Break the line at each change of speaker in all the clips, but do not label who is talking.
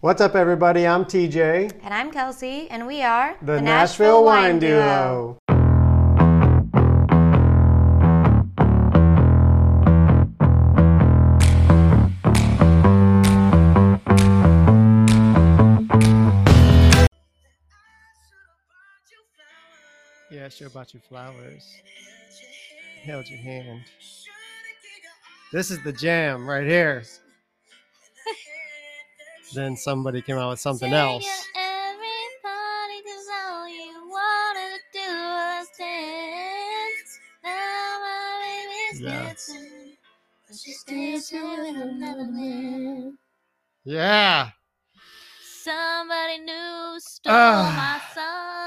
What's up, everybody? I'm TJ,
And I'm Kelsey, and we are
the, Nashville, Wine Duo.
Yeah, I sure bought you flowers. Held your hand. This is the jam right here. then somebody came out with something else. Yeah. Yeah,
Somebody new stole
Ah,
my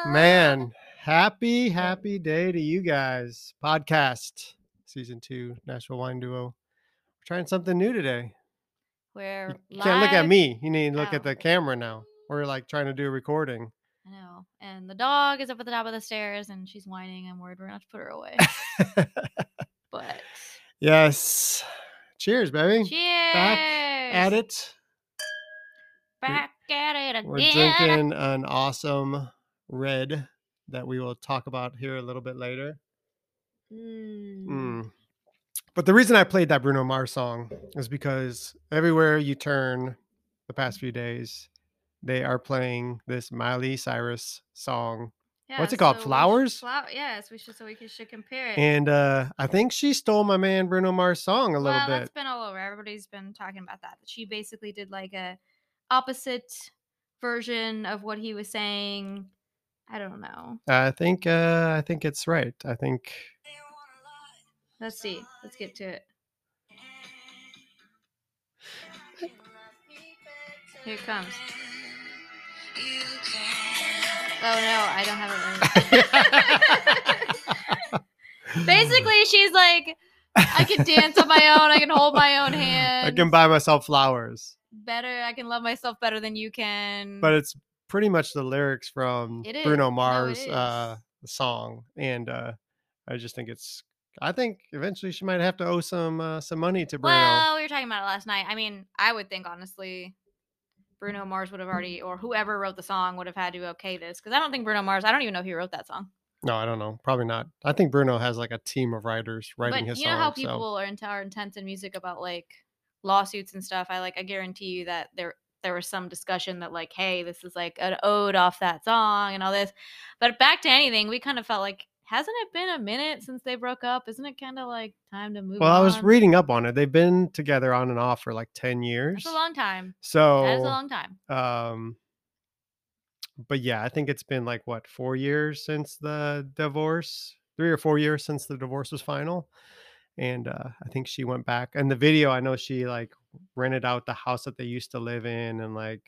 song.
man. Happy, happy day to you guys. Podcast season two, Nashville Wine Duo. We're trying something new today.
We're
You can't look at
live.
me. You need to look
Oh.
at the camera now. We're like trying to do a recording.
I know. And the dog is up at the top of the stairs, and she's whining. I'm worried we're gonna have to put her away. but
yes. Cheers, baby.
cheers.
At it.
Back at it again.
We're drinking an awesome red that we will talk about here a little bit later.
Mm.
Mm. But the reason I played that Bruno Mars song is because everywhere you turn the past few days, they are playing this Miley Cyrus song. What's
Yeah,
it called?
so we should-
Flowers?
Flower. Yes, we should. So we can, should compare it.
And uh, I think she stole my man Bruno Mars' song a little
well, that's
bit.
been all over. Everybody's been talking about that. that She basically did like a opposite version of what he was saying. I don't know.
I think uh, I think it's right. I think
Let's see. Let's get to it. Here it comes. Oh no, I don't have it. Right. Basically, she's like, I can dance on my own. I can hold my own hand.
I can buy myself flowers.
better. I can love myself better than you can.
but it's pretty much the lyrics from
Mm-hmm. It is. No,
Bruno
it
Mars uh,
is.
song, and uh, I just think it's. I think eventually she might have to owe some uh, some money to Bruno.
well, we were talking about it last night. I mean, I would think honestly, Bruno Mars would have already, or whoever wrote the song would have had to okay this because I don't think Bruno Mars. I don't even know if he wrote that song.
no, I don't know. Probably not. I think Bruno has like a team of writers writing
but
his
you
song.
know how
so-
people are, into, are intense in music about like lawsuits and stuff. I like, I guarantee you that there there was some discussion that like, hey, this is like an ode off that song and all this. But back to anything, we kind of felt like. Hasn't it been a minute since they broke up? Isn't it kind of like time to move
well, I
on?
was reading up on it. They've been together on and off for like ten years.
That's a long time.
so
That is a long time.
um but yeah i think it's been like what four years since the divorce three or four years since the divorce was final and uh i think she went back and the video i know she like rented out the house that they used to live in and like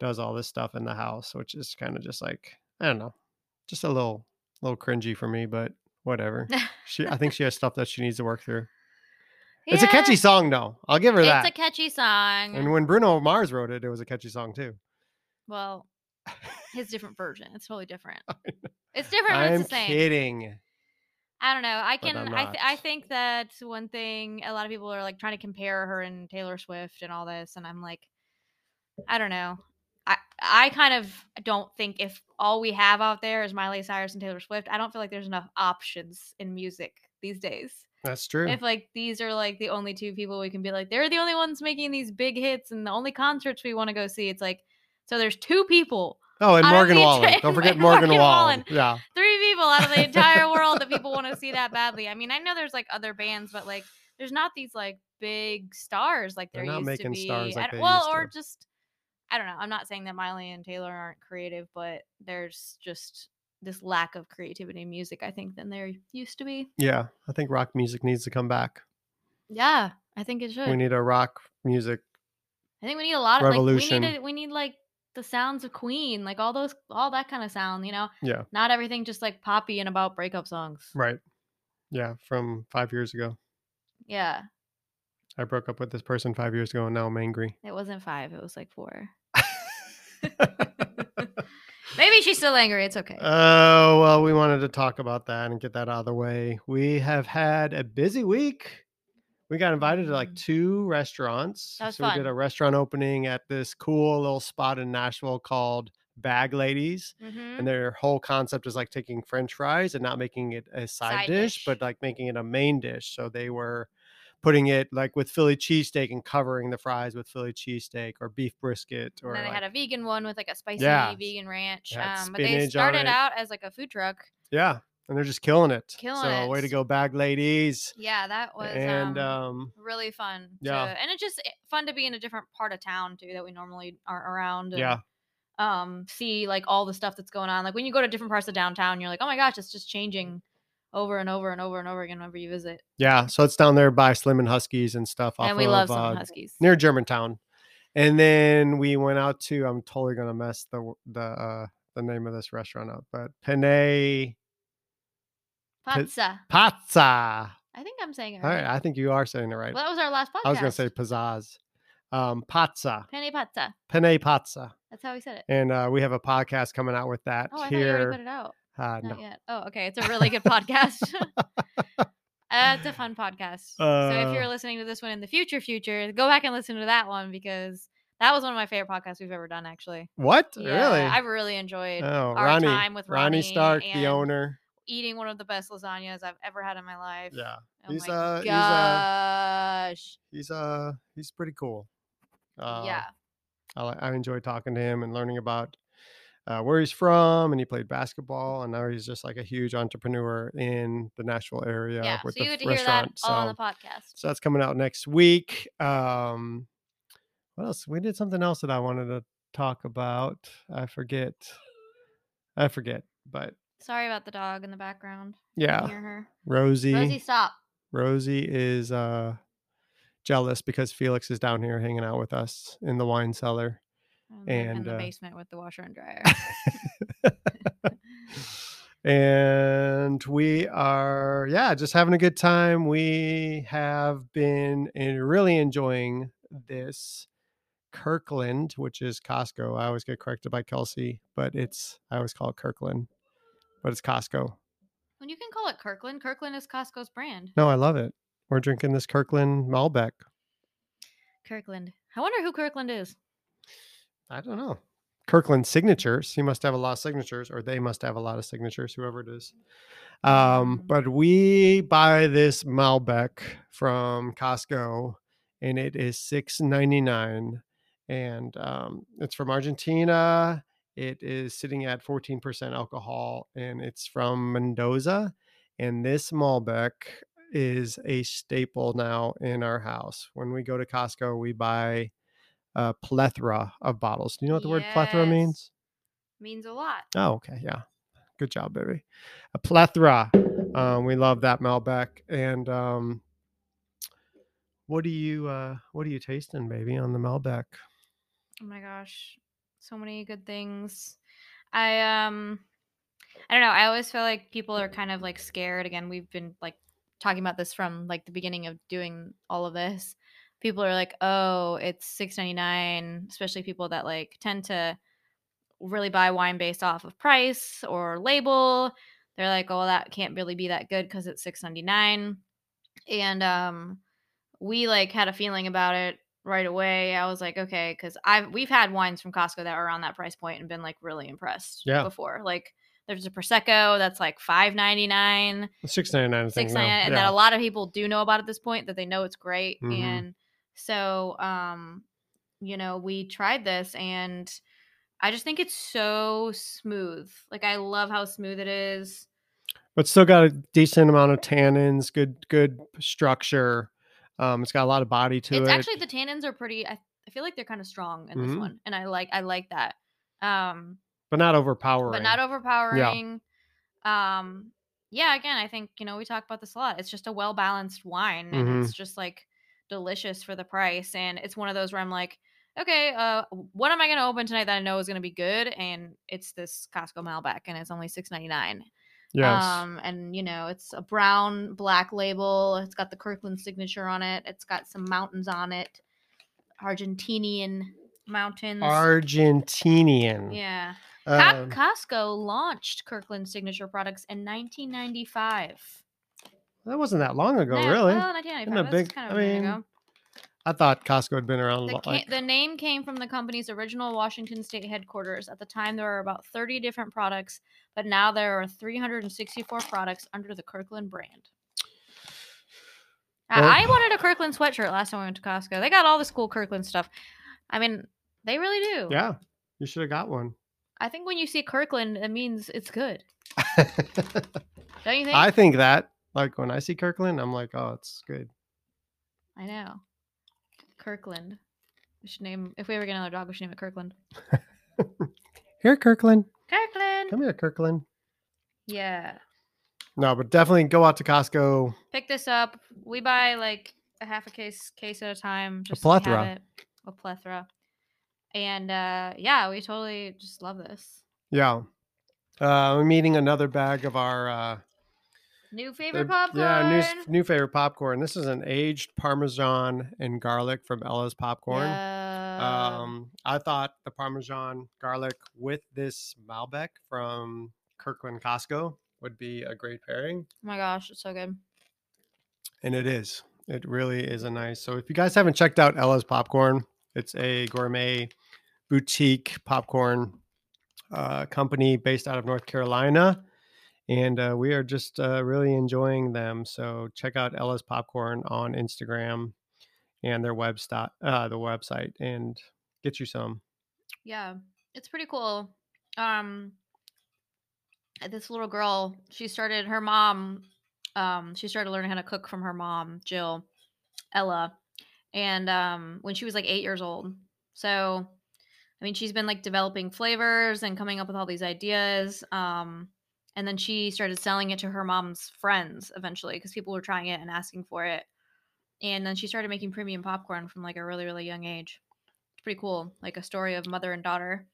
does all this stuff in the house which is kind of just like i don't know just a little little cringy for me but whatever she i think she has stuff that she needs to work through it's a
Yeah,
catchy song though i'll give her
It's
that
a catchy song.
and when bruno mars wrote it it was a catchy song too
well, his different version. It's totally different. It's different, but
I'm
it's the same.
kidding.
I don't know. I
but
can.
I'm
I th- I
not.
think that's one thing. A lot of people are like trying to compare her and Taylor Swift and all this, and I'm like, I don't know. I I kind of don't think if all we have out there is Miley Cyrus and Taylor Swift, I don't feel like there's enough options in music these days.
That's true.
if like these are like the only two people we can be like they're the only ones making these big hits and the only concerts we want to go see it's like so there's two people
oh, and
I don't
Morgan
need to-
Wallen. Don't
and
forget
Morgan
Morgan Wallen.
Wallen.
Yeah.
three people out of the entire world that people want to see that badly i mean i know there's like other bands but like there's not these like big stars like
They're
there
not
used
making
to be
stars
I
like
d-
they
well
used to.
or just i don't know i'm not saying that miley and taylor aren't creative but there's just this lack of creativity in music i think than there used to be
Yeah. I think rock music needs to come back.
yeah i think it should
We need a rock music.
I think we need a lot of like we
Revolution.
need a, we need like the sounds of Queen, like all those all that kind of sound, you know.
Yeah.
Not everything just like poppy and about breakup songs.
Right. Yeah. From five years ago.
Yeah.
I broke up with this person five years ago and now I'm angry.
It wasn't 5, it was like 4. Maybe she's still angry, it's okay.
Oh, well, we wanted to talk about that and get that out of the way. We have had a busy week. We got invited to like
Mm.
two restaurants.
That was
so we did
fun.
a restaurant opening at this cool little spot in Nashville called Bag Ladies
Mm-hmm.
and their whole concept is like taking french fries and not making it a side,
Side
dish,
dish.
but like making it a main dish so they were putting it like with philly cheesesteak and covering the fries with philly cheesesteak or beef brisket or
and then
like,
they had a vegan one with like a spicy
Yeah,
vegan ranch.
had
Um, but they
spinach on
started
it.
out as like a food truck.
yeah and they're just killing it
Killing
so way to
it.
go bag ladies
Yeah, that was
and
um,
um
really fun.
yeah.
to- and it's just eh, fun to be in a different part of town too that we normally aren't around. and,
yeah
Um, see like all the stuff that's going on. Like when you go to different parts of downtown, you're like, oh my gosh, it's just changing over and over and over and over again whenever you visit.
yeah so it's down there by slim and huskies and stuff off
and we
of
love
uh,
some huskies.
near Germantown. And then we went out to I'm totally gonna mess the w- the uh, the name of this restaurant up, but Panay
Pizza.
Pazza.
I think I'm saying it
All right,
right.
I think you are saying it right.
Well, that was our last podcast.
I was gonna say pizzazz, um, pazza,
penne pizza.
Panay Pazza,
That's how we said it.
and uh, we have a podcast coming out with that
Oh, I thought you already put
here.
it out.
Uh,
Not
no.
yet. Oh, okay. It's a really good podcast. That's a fun podcast. so
Uh,
if you're listening to this one in the future, future, go back and listen to that one because that was one of my favorite podcasts we've ever done. Actually,
What
Yeah,
really?
I've really enjoyed
oh,
our
Ronnie,
time with
Ronnie
Ronnie
Stark,
and-
the owner.
eating one of the best lasagnas I've ever had in my life.
Yeah,
Oh
He's,
my
uh, he's, uh,
gosh.
he's uh he's pretty cool. Uh,
yeah.
I, li- I enjoy talking to him and learning about uh, where he's from, and he played basketball, and now he's just like a huge entrepreneur in the Nashville area
Yeah.
with
So you
the
get to
f-
hear that
restaurant.
all on the
So,
podcast.
so that's coming out next week. Um, what else? We did something else that I wanted to talk about. I forget. I forget. But
Sorry about the dog in the background. You can
yeah,
hear her.
Rosie.
Rosie, stop.
Rosie is uh, jealous because Felix is down here hanging out with us in the wine cellar.
Oh, I'm in
And,
the
uh,
basement with the washer and dryer.
and we are yeah just having a good time we have been eh, really enjoying this kirkland which is costco i always get corrected by kelsey but it's i always call it kirkland but it's costco
When you can call it Kirkland, Kirkland is Costco's brand.
no i love it we're drinking this kirkland malbec
Kirkland. I wonder who Kirkland is.
i don't know kirkland signatures he must have a lot of signatures or they must have a lot of signatures whoever it is Um,
Mm.
but we buy this Malbec from Costco, and it is six ninety nine, and um, it's from Argentina. It is sitting at fourteen percent alcohol, and it's from Mendoza. And this Malbec is a staple now in our house. When we go to Costco, we buy a plethora of bottles. Do you know what the word plethora
Yes.
means?
Means a lot.
Oh, okay. Yeah. Good job, baby. A plethora. Um, we love that Malbec. And um, what do you uh, what are you tasting, baby, on the Malbec?
Oh my gosh. So many good things. I um I don't know. I always feel like people are kind of like scared. Again, we've been like talking about this from like the beginning of doing all of this. People are like, "Oh, it's 6.99," especially people that like tend to really buy wine based off of price or label. They're like, "Oh, that can't really be that good cuz it's 6.99." And um we like had a feeling about it right away. I was like, okay, because I've we've had wines from Costco that are on that price point and been like really impressed
Yeah.
before. Like there's a prosecco that's like five ninety nine,
Six ninety nine.
six ninety nine, and that a lot of people do know about at this point that they know it's great.
Mhm.
And so, um, you know, we tried this and I just think it's so smooth. Like I love how smooth it is.
but still got a decent amount of tannins. Good good structure. Um, it's got a lot of body to
it's
it.
actually the tannins are pretty. I, I feel like they're kind of strong in this
Mhm.
one, and I like I like that. Um,
but not overpowering.
but not overpowering. Um, yeah, again, I think you know we talk about this a lot. It's just a well balanced wine,
Mhm.
and it's just like delicious for the price. And it's one of those where I'm like, okay, uh, what am I going to open tonight that I know is going to be good? And it's this Costco Malbec, and it's only six ninety nine.
yes.
Um, and you know, it's a brown black label. It's got the Kirkland signature on it. It's got some mountains on it, Argentinian mountains.
Argentinian.
yeah. Co-
Um,
Costco launched Kirkland signature products in 1995.
That wasn't that long ago,
No,
Oh, really.
Well, 1995.
a
That's
big-
kind of
I
a minute
mean,
ago.
I thought Costco had been around.
The,
lo-
ca-
like,
the name came from the company's original Washington state headquarters. At the time, there were about 30 different products, but now there are 364 products under the Kirkland brand. I-
Well-
I wanted a Kirkland sweatshirt last time I went to Costco. They got all this cool Kirkland stuff. I mean, they really do.
yeah, you should have got one.
I think when you see Kirkland, it means it's good. Don't you think?
I think that, like, when I see Kirkland, I'm like, oh, it's good.
I know. Kirkland. We should name if we ever get another dog, we should name it Kirkland.
Here, Kirkland.
Kirkland.
Come here, Kirkland.
Yeah.
No, but definitely go out to Costco.
Pick this up. We buy like a half a case case at a time. Just so we have
plethora.
it. A plethora. And uh yeah, we totally just love this.
Yeah. Uh, I'm eating another bag of our uh,
New favorite
Uh,
popcorn.
Yeah, new, s- new favorite popcorn. This is an aged Parmesan and garlic from Ella's Popcorn.
Yeah.
Um, I thought the Parmesan garlic with this Malbec from Kirkland Costco would be a great pairing,
oh my gosh, it's so good.
and it is. It really is a nice. So if you guys haven't checked out Ella's Popcorn, it's a gourmet boutique popcorn uh, company based out of North Carolina. And uh, we are just uh, really enjoying them. So check out Ella's Popcorn on Instagram and their website, uh, the website, and get you some.
Yeah, it's pretty cool. Um, uh, this little girl, she started her mom. Um, she started learning how to cook from her mom, Jill, Ella, and um, when she was like eight years old. So, I mean, she's been like developing flavors and coming up with all these ideas. Um, and then she started selling it to her mom's friends eventually because people were trying it and asking for it. And then she started making premium popcorn from like a really really young age it's pretty cool like a story of mother and daughter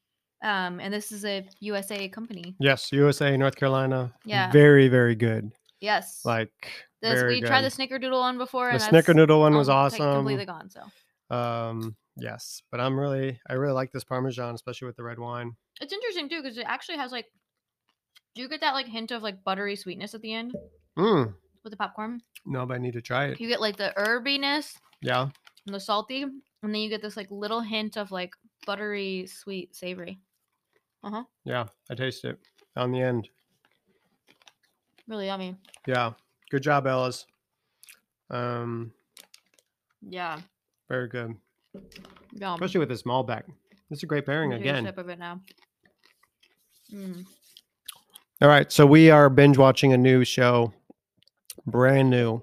um and this is a usa company
Yes, USA, North Carolina.
Yeah.
Very, very good.
yes
Like,
this,
very
we
good.
tried the snickerdoodle one before
The
and that's
snickerdoodle one was
almost, like,
awesome.
completely gone so
Um, yes, but I'm really, I really like this Parmesan, especially with the red wine.
it's interesting too because it actually has like do you get that like hint of like buttery sweetness at the end
Mm.
with the popcorn
No, but I need to try it.
you get like the herbiness
Yeah.
and the salty and then you get this like little hint of like buttery sweet savory
Yeah. I taste it on the end.
really yummy
Yeah. Good job, Ellis. Um,
yeah
very good.
yum.
Especially with this Malbec. It's a great pairing
I'm gonna take a
again.
sip of it now Mm.
All right. So we are binge watching a new show, brand new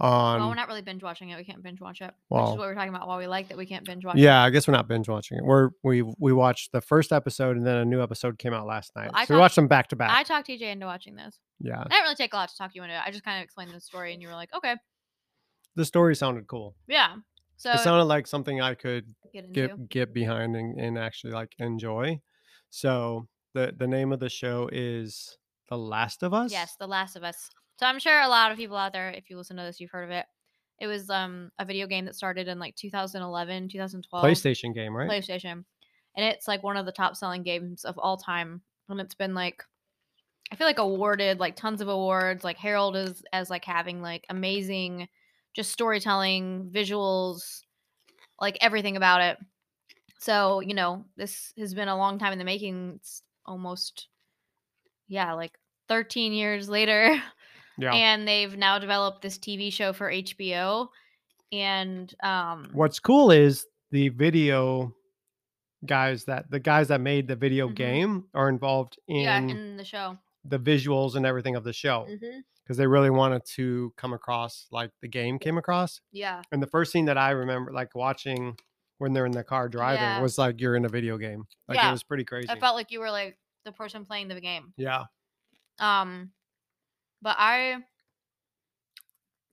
on.
well, Oh, we're not really binge watching it. We can't binge watch it. which
Um, Well-
is what we're talking about. While we like that, we can't binge watch. it.
yeah, I guess we're not binge watching it. We're we we watched the first episode and then a new episode came out last night.
I
so we
talked-
watched them back to
I
back.
talked TJ into watching this.
Yeah.
I didn't really take a lot to talk you into. it. I just kind of explained the story, and you were like, "Okay,
The story sounded cool.
yeah." So
it sounded like something I could
get into.
get get behind and, and actually like enjoy. So the the name of the show is The Last of Us.
Yes, The Last of Us. So I'm sure a lot of people out there, if you listen to this, you've heard of it. It was um a video game that started in like 2011, 2012.
PlayStation game, right?
PlayStation. And it's like one of the top selling games of all time. And it's been like I feel like awarded like tons of awards, like Harold is as like having like amazing just storytelling, visuals, like everything about it. So, you know, this has been a long time in the making. It's almost yeah, like 13 years later
yeah.
and they've now developed this TV show for HBO and um
What's cool is the video guys that the guys that made the video
Mhm.
game are involved in
yeah, Mm. in the show. Mm-hmm.
the visuals and everything of the show because they really wanted to come across like the game came across.
Yeah.
And the first thing that I remember like watching when they're in the car driving
Yeah.
was like you're in a video game. Like
Yeah.
it was pretty crazy.
I felt like you were like the person playing the game.
yeah.
Um, but I,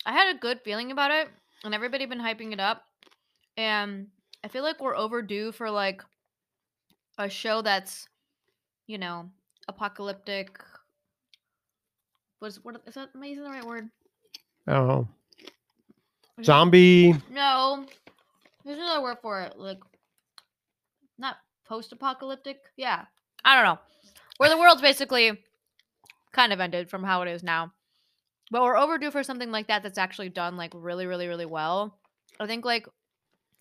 I had a good feeling about it, and everybody been hyping it up, and I feel like we're overdue for like a show that's, you know, apocalyptic. Was what is that? Am I using the right word?
Oh.
Is it-
Zombie.
No, there's another word for it. Like, not post-apocalyptic. Yeah, I don't know. Where the world's basically kind of ended from how it is now, but we're overdue for something like that that's actually done like really, really, really well. I think like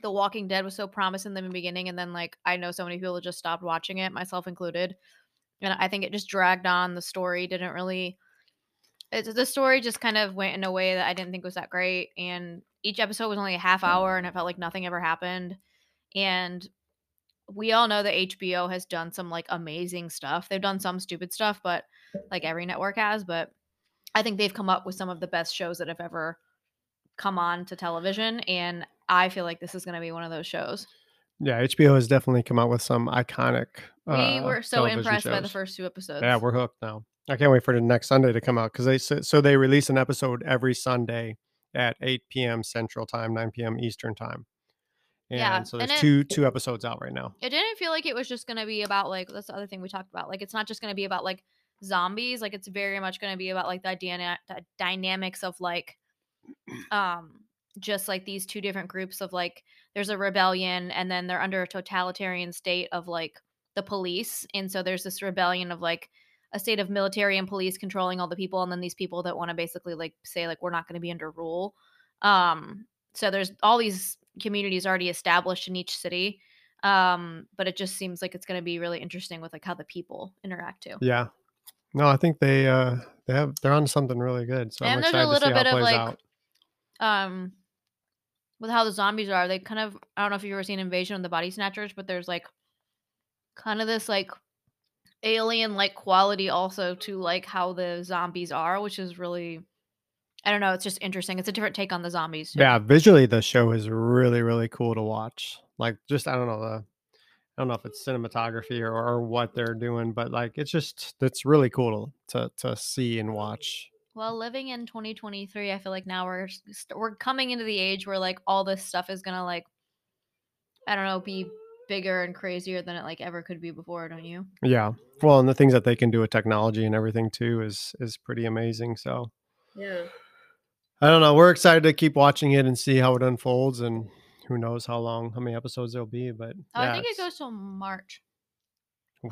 The Walking Dead was so promising in the beginning, and then like I know so many people just stopped watching it, myself included. And I think it just dragged on. The story didn't really. It, the story just kind of went in a way that I didn't think was that great, and each episode was only a
Mm.
half hour, and it felt like nothing ever happened. And we all know that HBO has done some like amazing stuff. They've done some stupid stuff, but like every network has, but I think they've come up with some of the best shows that have ever come on to television and I feel like this is going to be one of those shows.
Yeah, HBO has definitely come out with some iconic.
We were so impressed by the
first.
first two episodes.
Uh, Yeah, we're hooked now. I can't wait for the next Sunday to come out because they s- so they release an episode every Sunday at 8 p.m. Central Time, 9 p.m. Eastern Time. And
Yeah,
so
and
there's
it-
two two episodes out right now.
it didn't feel like it was just going to be about like that's the other thing we talked about. Like it's not just going to be about like zombies, like it's very much going to be about like the, dyna- the dynamics of like um just like these two different groups of like there's a rebellion and then they're under a totalitarian state of like the police and so there's this rebellion of like a state of military and police controlling all the people and then these people that want to basically like say like we're not going to be under rule um so there's all these communities already established in each city um but it just seems like it's going to be really interesting with like how the people interact too
Yeah. No, I think they uh they have they're on something really good. So I'm
and there's
excited
a little
to see
bit
how it
of
plays
like
out.
um with how the zombies are they kind of i don't know if you've ever seen invasion of the body snatchers but there's like kind of this like alien like quality also to like how the zombies are which is really i don't know it's just interesting it's a different take on the zombies to me.
Yeah, visually the show is really really cool to watch. Like just I don't know the I don't know if it's cinematography or, or what they're doing, but like it's just it's really cool to to, to see and watch.
well living in 2023 i feel like now we're s- st- we're coming into the age where like all this stuff is gonna like i don't know be bigger and crazier than it like ever could be before don't you
Yeah. Well, and the things that they can do with technology and everything too is is pretty amazing. So
yeah
I don't know. We're excited to keep watching it and see how it unfolds, and who knows how long, how many episodes there'll be. But
oh,
yeah,
i think it
it's-
goes till march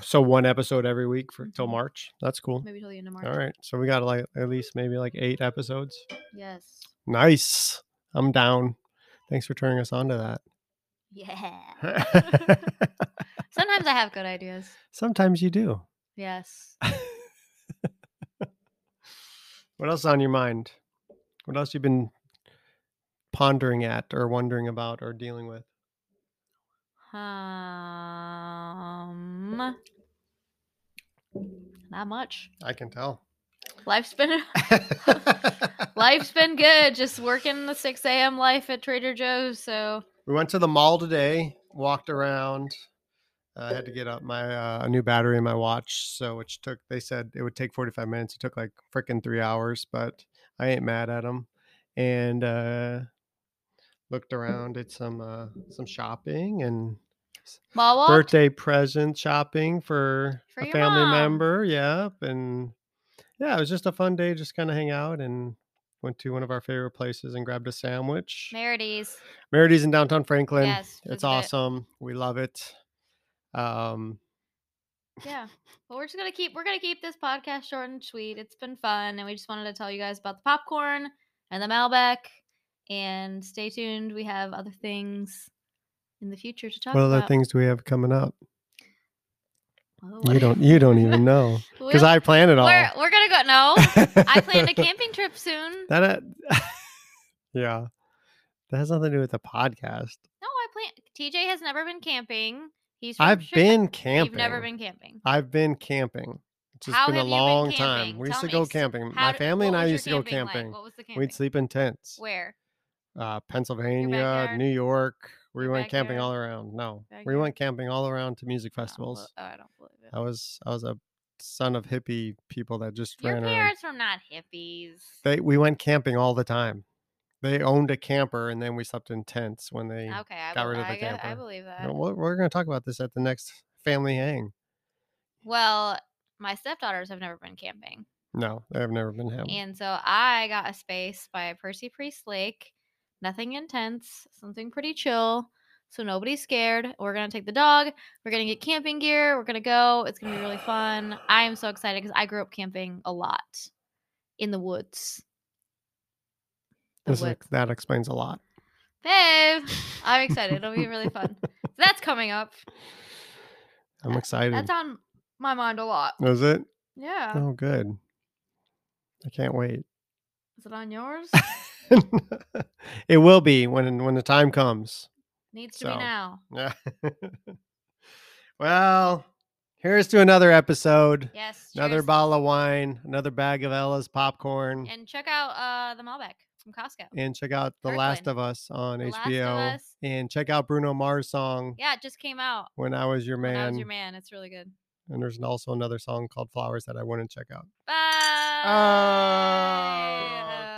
so one episode every week for till
Mhm.
March. That's cool.
maybe till the end of march
All right, so we got like at least maybe like eight episodes.
Yes.
Nice. I'm down. Thanks for turning us on to
Yeah.
that.
Sometimes I have good ideas.
Sometimes you do.
Yes.
What else is on your mind? What else you been pondering at or wondering about or dealing with?
Um. Not much.
I can tell.
Life's been life's been good. Just working the six a.m. life at Trader Joe's. So
we went to the mall today, walked around. I had to get up my uh, a new battery in my watch, so which took they said it would take 45 minutes. It took like freaking 3 hours, but I ain't mad at them. And uh looked around at some uh some shopping and
mall walk.
birthday present shopping for,
For
a
your
family
mom.
member. Yep. And yeah, it was just a fun day, just kind of hang out and went to one of our favorite places and grabbed a sandwich.
Merides.
Meridi's in downtown Franklin.
Yes,
it's
visited.
awesome. We love it. Um,
Yeah. Well, we're just gonna keep we're gonna keep this podcast short and sweet. It's been fun, and we just wanted to tell you guys about the popcorn and the Malbec. And stay tuned. We have other things in the future to talk
what
about.
other things do we have coming up?
Oh,
You
what-
don't. You don't even know
We'll-
because I plan it all.
We're, we're gonna go. No, Oh, I planned a camping trip soon.
that. uh, yeah, that has nothing to do with the podcast.
No, I plan. TJ has never been camping. He's. From
I've
Chica-
been camping.
You've never been camping.
I've been camping. It's just
How
been a
have you been
long time.
camping?
We used
Tell
to go
me.
camping. Um,
How
My
d-
family and
what
I
was your
used to go
camping like?
camping.
What was the camping?
We'd sleep in tents.
Where?
uh, Pennsylvania,
backyard?
New York. We
Your
went camping
backyard?
all around. No, we
Backyard?
went camping all around to music
I don't
festivals.
bel- oh, I don't believe it.
I was I was a son of hippie people that just
Your
ran around.
parents were not hippies.
They we went camping all the time. They owned a camper and then we slept in tents when they.
okay, I,
got
bel-
rid of the
I, get- I
camper.
believe that.
You know, we're we're going to talk about this at the next family hang.
Well, my stepdaughters have never been camping.
No, I've never been camping.
And so I got a space by Percy Priest Lake. Nothing intense, something pretty chill. So nobody's scared. We're going to take the dog. We're going to get camping gear. We're going to go. It's going to be really fun. I am so excited because I grew up camping a lot in the woods. the
This is-
woods.
that explains a lot.
Babe, I'm excited. It'll be really fun. So that's coming up.
I'm excited.
That's Uh on my mind a lot.
Is it?
Yeah.
Oh, good. I can't wait.
Is it on yours?
it will be when when the time comes.
Needs to
So.
be now.
Yeah. well, here's to another episode,
Yes.
another
cheers.
bottle of wine, another bag of Ella's popcorn, and,
And check out uh, the Malbec from Costco.
check out The
Kirkland.
Last of Us on
The Last of
HBO,
Us.
and check out Bruno Mars song
Yeah, it just came out.
When I Was Your Man,
When I was your man. It's really good.
and there's Oh. also another song called Flowers that I want to check out.
Bye.
Oh,